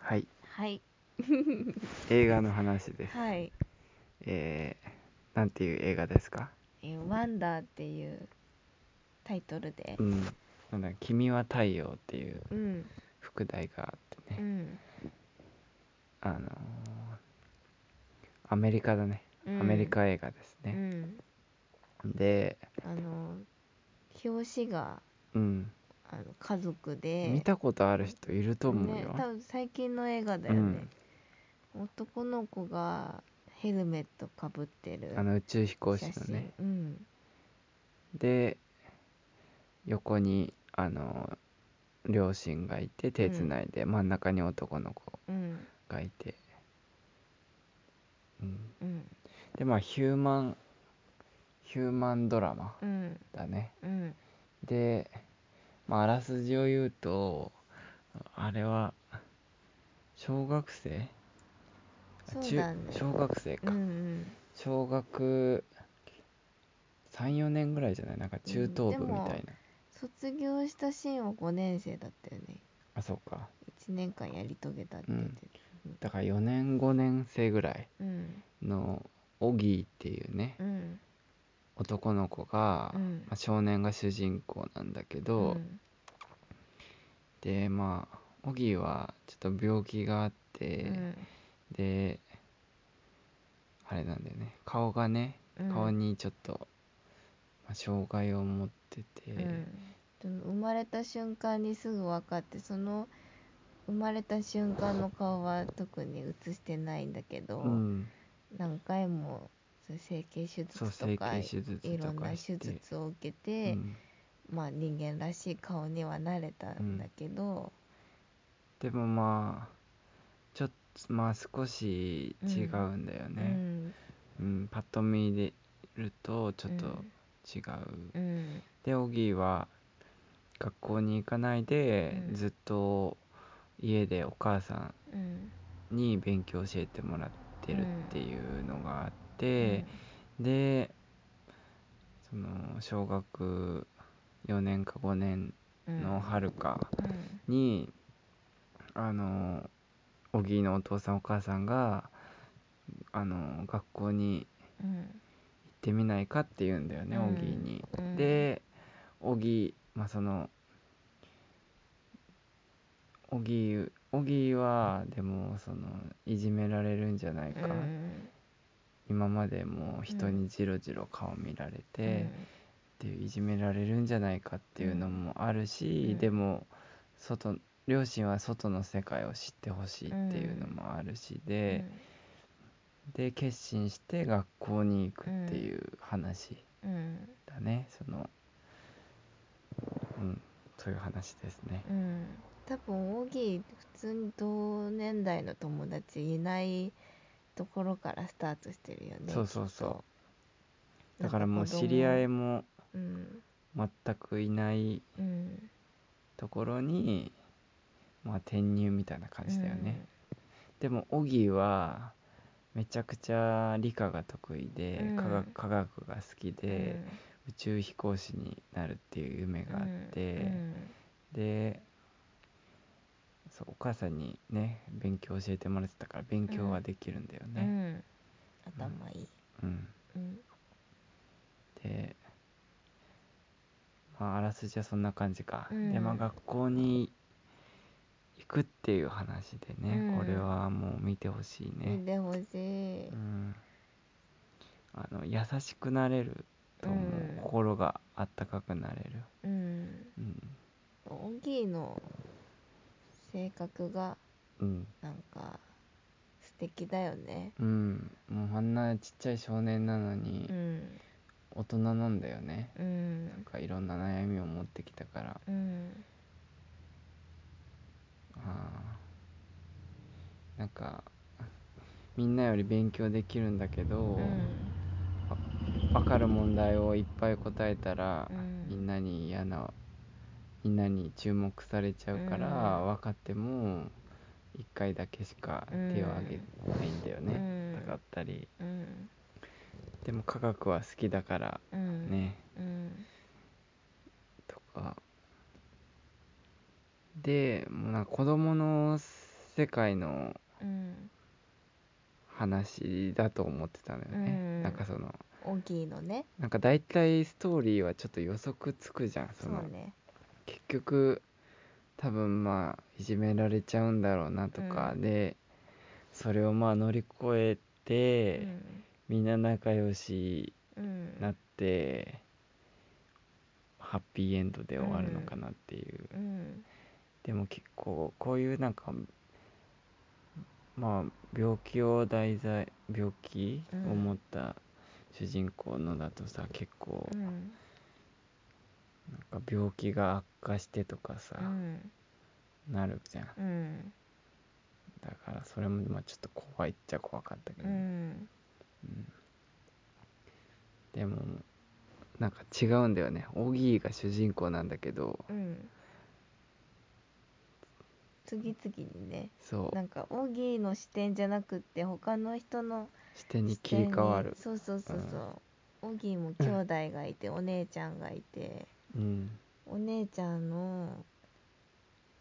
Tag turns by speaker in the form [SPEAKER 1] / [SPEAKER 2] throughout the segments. [SPEAKER 1] はい
[SPEAKER 2] はい。
[SPEAKER 1] 映画の話です、
[SPEAKER 2] はい。
[SPEAKER 1] えー、なんていう映画ですか
[SPEAKER 2] えーワンダーっていうタイトルで
[SPEAKER 1] う。んなんだ「君は太陽」っていう
[SPEAKER 2] うん。
[SPEAKER 1] 副題があって
[SPEAKER 2] う
[SPEAKER 1] ね、
[SPEAKER 2] ん。
[SPEAKER 1] あのーアメリカだねア
[SPEAKER 2] うん
[SPEAKER 1] メリカ映画です
[SPEAKER 2] う
[SPEAKER 1] ね、
[SPEAKER 2] ん。
[SPEAKER 1] で
[SPEAKER 2] あの、表紙が、
[SPEAKER 1] うん、
[SPEAKER 2] あの、家族で。
[SPEAKER 1] 見たことある人いると思う
[SPEAKER 2] ね
[SPEAKER 1] よ、、
[SPEAKER 2] 多分最近の映画だよね。男の子がヘルメットかぶってる
[SPEAKER 1] あの宇宙飛行士
[SPEAKER 2] 写
[SPEAKER 1] の
[SPEAKER 2] 真。
[SPEAKER 1] ね
[SPEAKER 2] うん。
[SPEAKER 1] で横にあの両親がいて手つないで、真ん中に男の子
[SPEAKER 2] うん。
[SPEAKER 1] がいて、うん、
[SPEAKER 2] うん。
[SPEAKER 1] でまあヒューマンヒューマンドラマ
[SPEAKER 2] うん。
[SPEAKER 1] だね
[SPEAKER 2] うん。
[SPEAKER 1] で、まあ、あらすじを言うとあれは小学生あ
[SPEAKER 2] そうだね。
[SPEAKER 1] 中小学生
[SPEAKER 2] う
[SPEAKER 1] か、
[SPEAKER 2] んうん。
[SPEAKER 1] 小学34年ぐらいじゃないなんか中等部
[SPEAKER 2] うんで
[SPEAKER 1] み
[SPEAKER 2] も
[SPEAKER 1] たいな、
[SPEAKER 2] 卒業したシーンは5年生だったよね。
[SPEAKER 1] あそうか
[SPEAKER 2] 1年間やり遂げたって言ってた。
[SPEAKER 1] だから4年5年生ぐらい
[SPEAKER 2] うん。
[SPEAKER 1] のオギーっていうね
[SPEAKER 2] うん。
[SPEAKER 1] 男の子が、
[SPEAKER 2] うん
[SPEAKER 1] まあ少年が主人公なんだけど、
[SPEAKER 2] ん
[SPEAKER 1] でまあオギーはちょっと病気があって、であれなんだよね顔がね
[SPEAKER 2] うん
[SPEAKER 1] 顔にちょっと、まあ障害を持ってて、
[SPEAKER 2] うん、生まれた瞬間にすぐ分かってその生まれた瞬間の顔は特に映してないんだけど、
[SPEAKER 1] うん
[SPEAKER 2] 何回もそう整形手
[SPEAKER 1] そう
[SPEAKER 2] 術
[SPEAKER 1] 整形
[SPEAKER 2] とか
[SPEAKER 1] 手術
[SPEAKER 2] いろ
[SPEAKER 1] と
[SPEAKER 2] んな
[SPEAKER 1] か
[SPEAKER 2] 手
[SPEAKER 1] して
[SPEAKER 2] 術を受け
[SPEAKER 1] う
[SPEAKER 2] て、
[SPEAKER 1] ん
[SPEAKER 2] まあ人間らしい顔にはなれたんだけど、
[SPEAKER 1] でもまあちょっとまあ少し違うんだよ
[SPEAKER 2] うん
[SPEAKER 1] ね、うんパッと見でるとちょっと違う、
[SPEAKER 2] うんうん
[SPEAKER 1] でオギーは学校に行かないで、
[SPEAKER 2] うん
[SPEAKER 1] ずっと家でお母さん
[SPEAKER 2] うん
[SPEAKER 1] に勉強教えてもらってるっていうのがあって、でその小学4年か5年
[SPEAKER 2] うん
[SPEAKER 1] の春か
[SPEAKER 2] うん
[SPEAKER 1] に、あのおぎーのお父さんお母さんがあの学校に
[SPEAKER 2] う
[SPEAKER 1] 行
[SPEAKER 2] ん
[SPEAKER 1] ってみないかって言うんだよね、
[SPEAKER 2] うん
[SPEAKER 1] おぎーに。
[SPEAKER 2] うん
[SPEAKER 1] でおぎーまあそのおぎーおぎーはでもそのいじめられるんじゃないか、
[SPEAKER 2] うん
[SPEAKER 1] 今までもう人にじろじろ顔見られて、っていういじめられるんじゃないかっていうのもあるし、
[SPEAKER 2] うん
[SPEAKER 1] でも外両親は外の世界を知ってほしいっていうのもあるし
[SPEAKER 2] うん
[SPEAKER 1] で、で決心して学校に行くっていう話
[SPEAKER 2] うんうん
[SPEAKER 1] だねそのうんそういう話ですね。
[SPEAKER 2] うん、多分オギー普通に同年代の友達いないところからスタートしてるよね
[SPEAKER 1] そうそうそう
[SPEAKER 2] きっと
[SPEAKER 1] だからもう知り合い
[SPEAKER 2] なんか
[SPEAKER 1] も
[SPEAKER 2] 子供うん
[SPEAKER 1] 全くいない
[SPEAKER 2] うん
[SPEAKER 1] ところにまあ転入みたいな感じだよね。でもオギーはめちゃくちゃ理科が得意で、
[SPEAKER 2] うん
[SPEAKER 1] 科学科学が好き
[SPEAKER 2] うん
[SPEAKER 1] で、宇宙飛行士になるっていう夢
[SPEAKER 2] うん
[SPEAKER 1] があって、でそうお母さんにね勉強教えてもらってたから勉強はできるんだよ
[SPEAKER 2] うんう
[SPEAKER 1] ね。
[SPEAKER 2] ん、頭いい、
[SPEAKER 1] うん
[SPEAKER 2] うん
[SPEAKER 1] で、まあ、あらすじはそんな感じか。
[SPEAKER 2] うん
[SPEAKER 1] でまあ学校に行くっていう話でね、
[SPEAKER 2] うん
[SPEAKER 1] これはもう見てほしいね。
[SPEAKER 2] 見てほしい、
[SPEAKER 1] うんあの優しくなれると思う、
[SPEAKER 2] うん
[SPEAKER 1] 心があったかくなれる、
[SPEAKER 2] うん、
[SPEAKER 1] うん
[SPEAKER 2] オギーの性格が
[SPEAKER 1] うん
[SPEAKER 2] なんか素敵だよね
[SPEAKER 1] うん、もうあんなちっちゃい少年なのに
[SPEAKER 2] うん
[SPEAKER 1] 大人なんだよね、
[SPEAKER 2] うん
[SPEAKER 1] なんかいろんな悩みを持ってきたから
[SPEAKER 2] うん
[SPEAKER 1] あーなんかみんなより勉強できるんだけど、
[SPEAKER 2] うん
[SPEAKER 1] 分かる問題をいっぱい答えたら、
[SPEAKER 2] うん
[SPEAKER 1] みんなに嫌なみんなに注目されちゃうから、分かっても1回だけしか手を挙げないんだよね、
[SPEAKER 2] うん
[SPEAKER 1] だったり
[SPEAKER 2] うん
[SPEAKER 1] でも科学は好きだから
[SPEAKER 2] うん
[SPEAKER 1] ね、
[SPEAKER 2] うん
[SPEAKER 1] とかでもうなんか子供の世界の
[SPEAKER 2] うん
[SPEAKER 1] 話だと思ってたのよね、
[SPEAKER 2] うん
[SPEAKER 1] なんかその
[SPEAKER 2] 大きいのね
[SPEAKER 1] なんか大体ストーリーはちょっと予測つくじゃん
[SPEAKER 2] そ
[SPEAKER 1] その
[SPEAKER 2] うね
[SPEAKER 1] 結局多分まあいじめられちゃうんだろうなとか、
[SPEAKER 2] う
[SPEAKER 1] でそれをまあ乗り越えて、
[SPEAKER 2] うん
[SPEAKER 1] みんな仲良し
[SPEAKER 2] うん
[SPEAKER 1] なってハッピーエンドで終わるのかなっていう、
[SPEAKER 2] うん
[SPEAKER 1] でも結構こういうなんかまあ病気を題材病気を
[SPEAKER 2] うん
[SPEAKER 1] 持った主人公のだとさ、結構
[SPEAKER 2] う
[SPEAKER 1] なん
[SPEAKER 2] ん
[SPEAKER 1] か病気が悪化してとかさ、
[SPEAKER 2] うん
[SPEAKER 1] なるじゃん
[SPEAKER 2] うん
[SPEAKER 1] だからそれもまあちょっと怖いっちゃ怖かったけど
[SPEAKER 2] う
[SPEAKER 1] ね、
[SPEAKER 2] ん
[SPEAKER 1] うんでもなんか違うんだよねオギーが主人公なんだけど
[SPEAKER 2] うん次々にね
[SPEAKER 1] そう
[SPEAKER 2] なんかオギーの視点じゃなくって他の人の
[SPEAKER 1] 視点に
[SPEAKER 2] 視
[SPEAKER 1] 切り
[SPEAKER 2] 点に
[SPEAKER 1] 替わる
[SPEAKER 2] そうそうそうそう、オギーも兄弟がいてお姉ちゃんがいて
[SPEAKER 1] うん
[SPEAKER 2] お姉ちゃんの、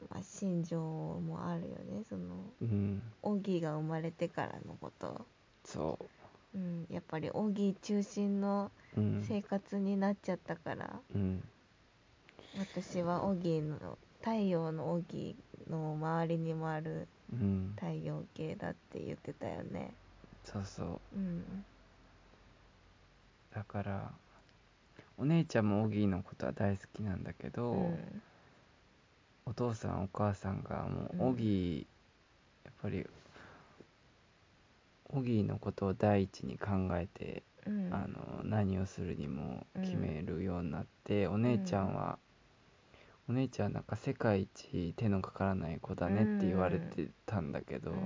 [SPEAKER 2] まあ、心情もあるよねその
[SPEAKER 1] うん
[SPEAKER 2] オギーが生まれてからのこと、
[SPEAKER 1] そ
[SPEAKER 2] うん、やっぱりオギー中心の
[SPEAKER 1] ううん
[SPEAKER 2] 生活になっちゃったから、
[SPEAKER 1] うん
[SPEAKER 2] 私はオギーの太陽のオギーの周りに回る
[SPEAKER 1] うん
[SPEAKER 2] 太陽系だって言ってたよね
[SPEAKER 1] そうそう
[SPEAKER 2] うん
[SPEAKER 1] だからお姉ちゃんもオギーのことは大好きなんだけど、
[SPEAKER 2] うん
[SPEAKER 1] お父さんお母さんがも
[SPEAKER 2] うん
[SPEAKER 1] うオギー、やっぱりオギーのことを第一に考えて、
[SPEAKER 2] うん
[SPEAKER 1] あの何をするにも決めるようになって、お
[SPEAKER 2] う
[SPEAKER 1] 姉
[SPEAKER 2] ん
[SPEAKER 1] ちゃんは、お姉ちゃんはなんか世界一手のかからない子だねって言われてたんだけど、
[SPEAKER 2] うん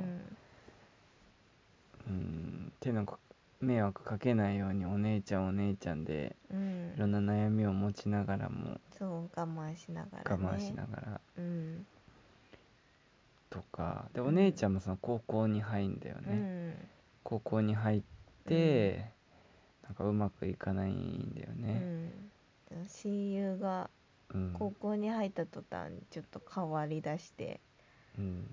[SPEAKER 1] うん手のか迷惑かけないようにお姉ちゃんお姉ちゃんで
[SPEAKER 2] うん
[SPEAKER 1] いろんな悩みを持ちながらも
[SPEAKER 2] そう我慢しながら、
[SPEAKER 1] 我
[SPEAKER 2] ね、
[SPEAKER 1] 慢しながら
[SPEAKER 2] うん、
[SPEAKER 1] とかで
[SPEAKER 2] うん
[SPEAKER 1] お姉ちゃんもその高校に入んだよね、高校に入って、なんかうまくいかないんだよ
[SPEAKER 2] うん、
[SPEAKER 1] ね、
[SPEAKER 2] うん、親友が
[SPEAKER 1] うん
[SPEAKER 2] 高校に入った途端ちょっと変わりだして
[SPEAKER 1] うん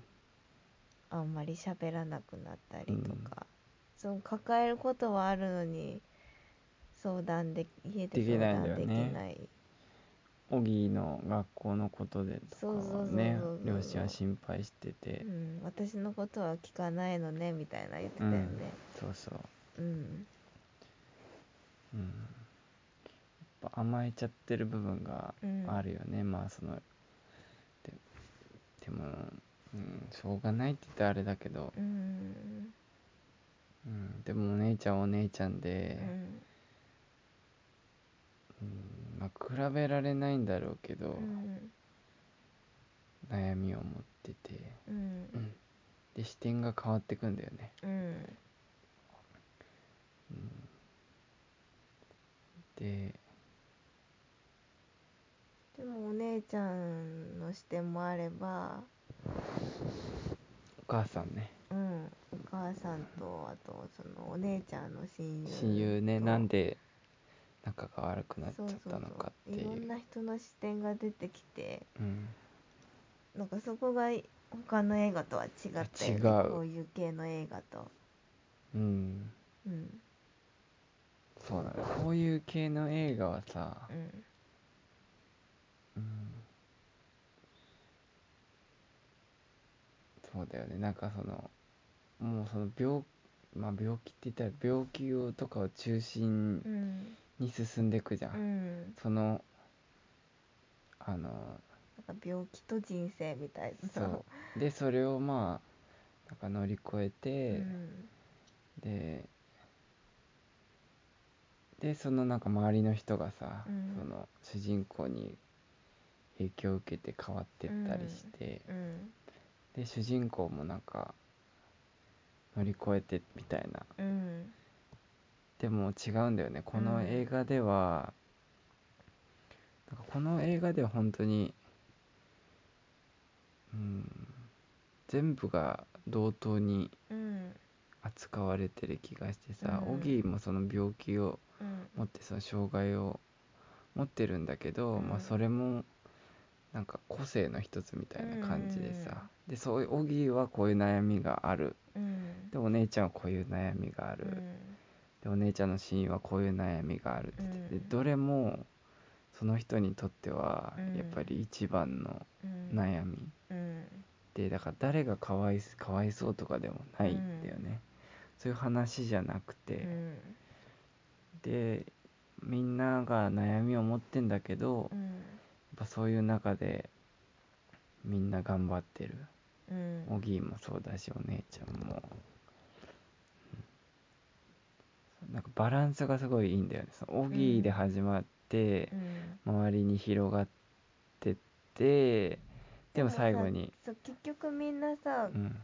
[SPEAKER 2] あんまり喋らなくなったりとか、その抱えることはあるのに相談で家で
[SPEAKER 1] でき
[SPEAKER 2] 相
[SPEAKER 1] ないん
[SPEAKER 2] 談
[SPEAKER 1] だよ
[SPEAKER 2] で
[SPEAKER 1] ね
[SPEAKER 2] きない
[SPEAKER 1] オギーの学校のことでとかはね
[SPEAKER 2] そうそうそうそうそう
[SPEAKER 1] 両親は心配してて、
[SPEAKER 2] うん、私のことは聞かないのねみたいな言ってたよね
[SPEAKER 1] そうそう、
[SPEAKER 2] うん
[SPEAKER 1] うん、やっぱ甘えちゃってる部分が
[SPEAKER 2] うん
[SPEAKER 1] あるよね、まあそのででも、うん、しょうがないって言ったらあれだけど、
[SPEAKER 2] うん
[SPEAKER 1] うん、でもお姉ちゃんはお姉ちゃん
[SPEAKER 2] う
[SPEAKER 1] で、
[SPEAKER 2] ん
[SPEAKER 1] うんまあ、比べられないんだろうけど、
[SPEAKER 2] うん
[SPEAKER 1] 悩みを持ってて
[SPEAKER 2] うん
[SPEAKER 1] で視点が変わってくんだよね
[SPEAKER 2] うん
[SPEAKER 1] で
[SPEAKER 2] でもお姉ちゃんの視点もあれば、
[SPEAKER 1] お母さんね
[SPEAKER 2] うん、お母さんとあとそのお姉ちゃんの親友
[SPEAKER 1] 親友ね
[SPEAKER 2] と
[SPEAKER 1] なんで仲が悪くなっちゃ
[SPEAKER 2] そう
[SPEAKER 1] っ
[SPEAKER 2] そうそ
[SPEAKER 1] た
[SPEAKER 2] う
[SPEAKER 1] のかって
[SPEAKER 2] い
[SPEAKER 1] い
[SPEAKER 2] ろん
[SPEAKER 1] う
[SPEAKER 2] な人の視点が出てきて
[SPEAKER 1] うん
[SPEAKER 2] なんかそこが他の映画とは違ったよね
[SPEAKER 1] 違う
[SPEAKER 2] こういう系の映画と、
[SPEAKER 1] うん
[SPEAKER 2] うん
[SPEAKER 1] そうだねこういう系の映画はさ、
[SPEAKER 2] うん
[SPEAKER 1] うんそうだよねなんかそのもうその病,、まあ、病気って言ったら病気をとかを中心
[SPEAKER 2] うん
[SPEAKER 1] に進んでいくじゃん、
[SPEAKER 2] うん、
[SPEAKER 1] そのあの
[SPEAKER 2] なんか病気と人生みたいな
[SPEAKER 1] そうでそれをまあなんか乗り越え
[SPEAKER 2] う
[SPEAKER 1] て、
[SPEAKER 2] ん
[SPEAKER 1] ででそのなんか周りの人がさ、
[SPEAKER 2] うん
[SPEAKER 1] その主人公に影響を受けて変わってったりして、
[SPEAKER 2] うん
[SPEAKER 1] で主人公もなんか乗り越えてみたいな
[SPEAKER 2] うん
[SPEAKER 1] でも違うんだよねこ
[SPEAKER 2] う
[SPEAKER 1] の
[SPEAKER 2] ん
[SPEAKER 1] 映画では、なんかこの映画では本当にうん全部が同等に
[SPEAKER 2] うん
[SPEAKER 1] 扱われてる気がしてさ、
[SPEAKER 2] うん
[SPEAKER 1] オギーもその病気を
[SPEAKER 2] うん
[SPEAKER 1] 持ってその障害を持ってるんだけど、
[SPEAKER 2] うん
[SPEAKER 1] まあ、それもなんか個性の一つみたいな感じでさ、でそういうオギーはこういう悩みがある
[SPEAKER 2] うん
[SPEAKER 1] でお姉ちゃんはこういう悩みがある、
[SPEAKER 2] うん
[SPEAKER 1] でお姉ちゃんの親友はこういう悩みがあるって言って、
[SPEAKER 2] うん
[SPEAKER 1] でどれもその人にとっては
[SPEAKER 2] うん
[SPEAKER 1] やっぱり一番の
[SPEAKER 2] うん
[SPEAKER 1] 悩み、
[SPEAKER 2] うん
[SPEAKER 1] でだから誰がかわいすかわいそうとかでもないんだよね、そういう話じゃなく
[SPEAKER 2] う
[SPEAKER 1] て、
[SPEAKER 2] ん
[SPEAKER 1] でみんなが悩みを持ってんだけど、
[SPEAKER 2] う
[SPEAKER 1] やっ
[SPEAKER 2] ん
[SPEAKER 1] ぱそういう中でみんな頑張ってる
[SPEAKER 2] うん
[SPEAKER 1] おぎーもそうだしお姉ちゃんも、うんなんかバランスがすごいいいんだよねそのおぎーで始まって、
[SPEAKER 2] うん
[SPEAKER 1] 周りに広がってってでも最後に
[SPEAKER 2] そう結局みんなさ、
[SPEAKER 1] うん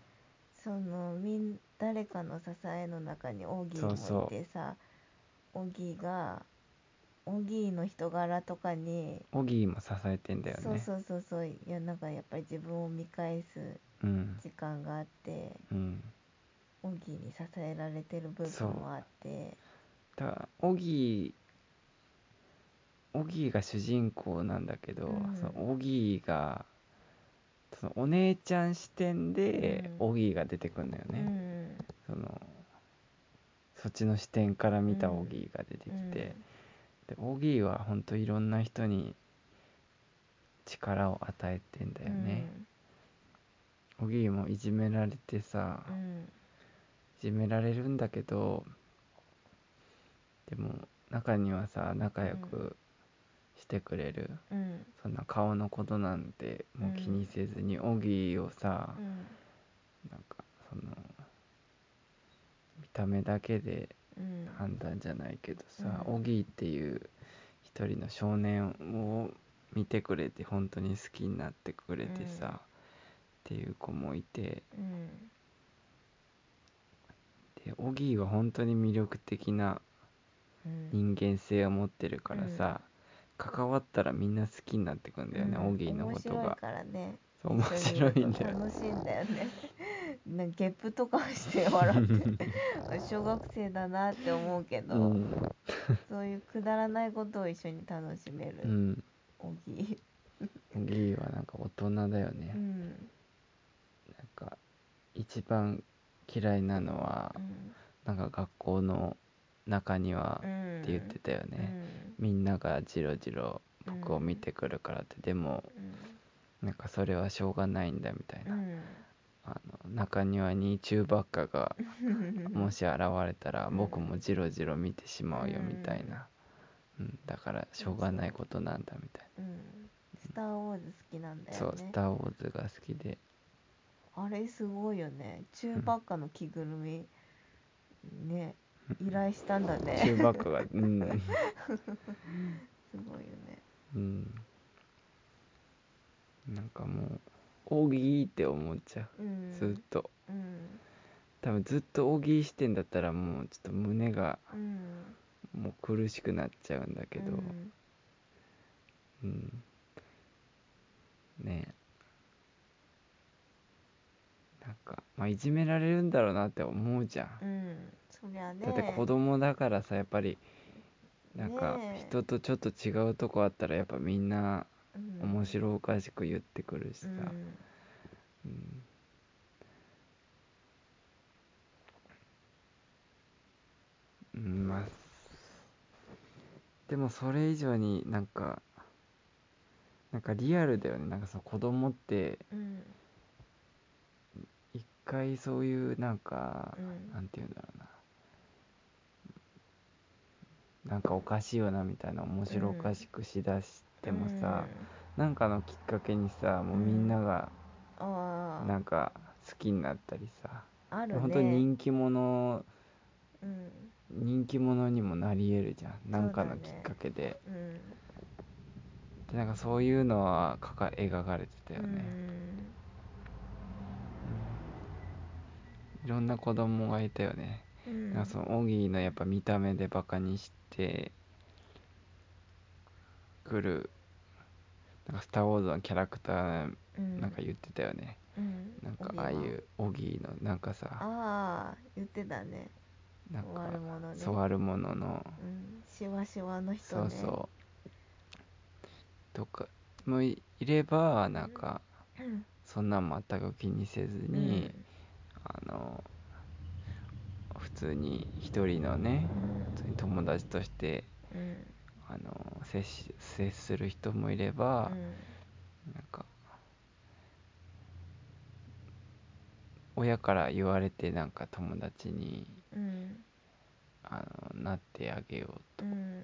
[SPEAKER 2] そのみん誰かの支えの中にオギー
[SPEAKER 1] そうそう
[SPEAKER 2] もいてさオギーがオギーの人柄とかに、
[SPEAKER 1] おぎーも支えてんだよね
[SPEAKER 2] そうそうそうそういやなんかやっぱり自分を見返す
[SPEAKER 1] うん
[SPEAKER 2] 時間があって
[SPEAKER 1] うん
[SPEAKER 2] オギーに支えられてる部分もあって
[SPEAKER 1] だからオギーオギーが主人公なんだけど、
[SPEAKER 2] うん
[SPEAKER 1] そのオギーがそのお姉ちゃん視点で
[SPEAKER 2] うん
[SPEAKER 1] オギーが出てくるんだよ
[SPEAKER 2] う
[SPEAKER 1] ね、
[SPEAKER 2] ん
[SPEAKER 1] そのそっちの視点から見たオギーが出てきて、でオギーはほんといろんな人に力を与えてんだよね、オギーもいじめられてさ、
[SPEAKER 2] うんうん
[SPEAKER 1] いじめられるんだけどでも中にはさ仲良くしてくれる、
[SPEAKER 2] うん
[SPEAKER 1] そんな顔のことなんてもう気にせずに、オギーをさ、
[SPEAKER 2] うん
[SPEAKER 1] なんかその見た目だけで
[SPEAKER 2] うん
[SPEAKER 1] 判断じゃないけどさ、
[SPEAKER 2] うん
[SPEAKER 1] オギーっていう一人の少年を見てくれて本当に好きになってくれてさ、
[SPEAKER 2] うん
[SPEAKER 1] っていう子もいて
[SPEAKER 2] うん
[SPEAKER 1] でオギーは本当に魅力的な
[SPEAKER 2] う
[SPEAKER 1] 人
[SPEAKER 2] ん
[SPEAKER 1] 間性を持ってるからさ、関わったらみんな好きになってくんだよね、オギーのこと
[SPEAKER 2] 面白い
[SPEAKER 1] が
[SPEAKER 2] からね
[SPEAKER 1] そう面白いん
[SPEAKER 2] 一
[SPEAKER 1] だ
[SPEAKER 2] 緒に
[SPEAKER 1] よ
[SPEAKER 2] ると楽しいんだよね なんかゲップとかして笑って小学生だなって思うけど、
[SPEAKER 1] うん、
[SPEAKER 2] そういうくだらないことを一緒に楽しめる、
[SPEAKER 1] うん、
[SPEAKER 2] おぎ
[SPEAKER 1] オギーはなんか大人だよね、
[SPEAKER 2] う
[SPEAKER 1] なん
[SPEAKER 2] ん
[SPEAKER 1] か一番嫌いなのは、
[SPEAKER 2] うん
[SPEAKER 1] なんか学校の中には
[SPEAKER 2] うん
[SPEAKER 1] って言ってたよね、みんながジロジロ僕を見てくるからって、でも
[SPEAKER 2] うん
[SPEAKER 1] なんかそれはしょうがないんだみたいな、
[SPEAKER 2] うん
[SPEAKER 1] あの中庭に中ばっか が
[SPEAKER 2] うん
[SPEAKER 1] もし現れたら
[SPEAKER 2] うん
[SPEAKER 1] 僕もジロジロ見てしまうよ
[SPEAKER 2] うん
[SPEAKER 1] みたいな、うん、だからしょうがないことなんだみたい
[SPEAKER 2] うんスター・ウォーズ好きなんだ
[SPEAKER 1] な、そ
[SPEAKER 2] よね
[SPEAKER 1] う「スター・ウォーズ」が好きで
[SPEAKER 2] あれすごいよね中ばっかの着ぐるみ、ね依頼したんだね
[SPEAKER 1] 中ばっか がうん、
[SPEAKER 2] すごいよね
[SPEAKER 1] うん、なんかもう「オギー」って思っちゃ
[SPEAKER 2] う
[SPEAKER 1] うんずっと
[SPEAKER 2] うん
[SPEAKER 1] 多分ずっとオギーしてんだったらもうちょっと胸が
[SPEAKER 2] うん
[SPEAKER 1] もう苦しくなっちゃうんだけど、
[SPEAKER 2] うん
[SPEAKER 1] うんねえなんか、まあ、いじめられるんだろうなって思うじゃん、
[SPEAKER 2] うんそりゃね
[SPEAKER 1] だって子供だからさやっぱりなんか
[SPEAKER 2] ねえ
[SPEAKER 1] 人とちょっと違うとこあったらやっぱみんな面
[SPEAKER 2] い
[SPEAKER 1] 白おかしく言ってくるしさ、うんうん、まあでもそれ以上になんかなんかリアルだよねなんかその子供って
[SPEAKER 2] うんうん
[SPEAKER 1] 一回そういうなんか、
[SPEAKER 2] うん
[SPEAKER 1] なんて言うんだろうななんかおかしいよなみたいな面白おかしくしだしてもさ、なんかのきっかけにさもうみんなが
[SPEAKER 2] うんあ
[SPEAKER 1] なんか好きになったりさ、
[SPEAKER 2] ああるね
[SPEAKER 1] 本当に人気者
[SPEAKER 2] うん
[SPEAKER 1] 人気者にもなり得るじゃん
[SPEAKER 2] だ
[SPEAKER 1] な
[SPEAKER 2] ね
[SPEAKER 1] んかのきっかけで,、
[SPEAKER 2] うん
[SPEAKER 1] でなんかそういうのはかか描かれてたよね、いろんな子供がいたよね、
[SPEAKER 2] うんうん
[SPEAKER 1] なんかそのオギーのやっぱ見た目でバカにしてくるなんか「スター・ウォーズ」のキャラクター
[SPEAKER 2] うん
[SPEAKER 1] なんか言ってたよね、
[SPEAKER 2] うん
[SPEAKER 1] なんかああいうオギーのなんかさ
[SPEAKER 2] ああ言ってたね
[SPEAKER 1] なんか
[SPEAKER 2] 悪者ね
[SPEAKER 1] そうあるものの
[SPEAKER 2] うんしわしわの人
[SPEAKER 1] そう
[SPEAKER 2] ね
[SPEAKER 1] そうとかもいればなんか
[SPEAKER 2] うん
[SPEAKER 1] そんなん全く気にせず
[SPEAKER 2] う
[SPEAKER 1] に、
[SPEAKER 2] ん
[SPEAKER 1] あの普通に一人のね普通に友達として
[SPEAKER 2] うん
[SPEAKER 1] あの接し接する人もいれば、なんか親から言われてなんか友達に
[SPEAKER 2] うん
[SPEAKER 1] あのなってあげよう
[SPEAKER 2] うんうん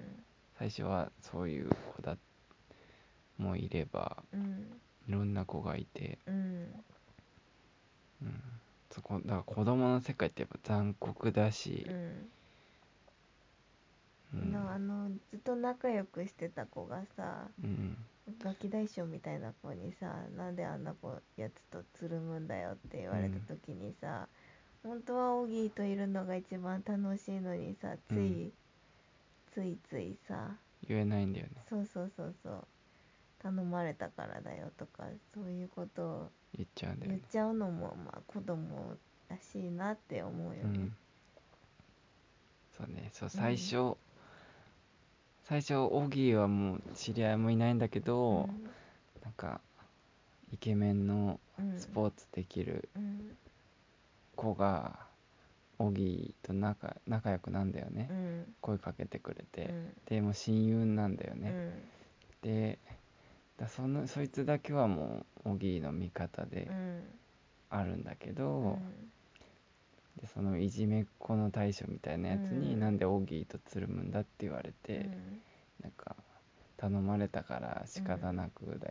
[SPEAKER 1] 最初はそういう子だもいれば
[SPEAKER 2] うん
[SPEAKER 1] いろんな子がいて
[SPEAKER 2] うん
[SPEAKER 1] そこだから子供の世界ってやっぱ残酷だし、
[SPEAKER 2] うん
[SPEAKER 1] うん
[SPEAKER 2] なあのずっと仲良くしてた子がさ
[SPEAKER 1] うん
[SPEAKER 2] ガキ大将みたいな子にさ「なんであんな子やつとつるむんだよ」って言われた時にさ、本当はオギーといるのが一番楽しいのにさつい、ついついさ
[SPEAKER 1] 言えないんだよね
[SPEAKER 2] そうそうそうそう頼まれたからだよとかそういうことを
[SPEAKER 1] 言っちゃうんだよ
[SPEAKER 2] 言っ
[SPEAKER 1] ね、
[SPEAKER 2] ちゃうのもまあ子供らしいなって思うよ
[SPEAKER 1] う
[SPEAKER 2] ね
[SPEAKER 1] ん。そうねそう最初、最初オギーはもう知り合いもいないんだけど、なんかイケメンの
[SPEAKER 2] うん
[SPEAKER 1] スポーツできる
[SPEAKER 2] うん
[SPEAKER 1] 子がオギーと仲仲良くなんだよね、
[SPEAKER 2] うん
[SPEAKER 1] 声かけてくれて、
[SPEAKER 2] うん
[SPEAKER 1] でもう親友なんだよ
[SPEAKER 2] う
[SPEAKER 1] ね、
[SPEAKER 2] ん
[SPEAKER 1] でだそのそいつだけはもうオギーの味方で
[SPEAKER 2] うん
[SPEAKER 1] あるんだけど、
[SPEAKER 2] うん
[SPEAKER 1] でそのいじめっ子の大将みたいなやつに、
[SPEAKER 2] うん
[SPEAKER 1] なんでオギーとつるむんだって言われて、
[SPEAKER 2] うん
[SPEAKER 1] なんか頼まれたから仕方なくだ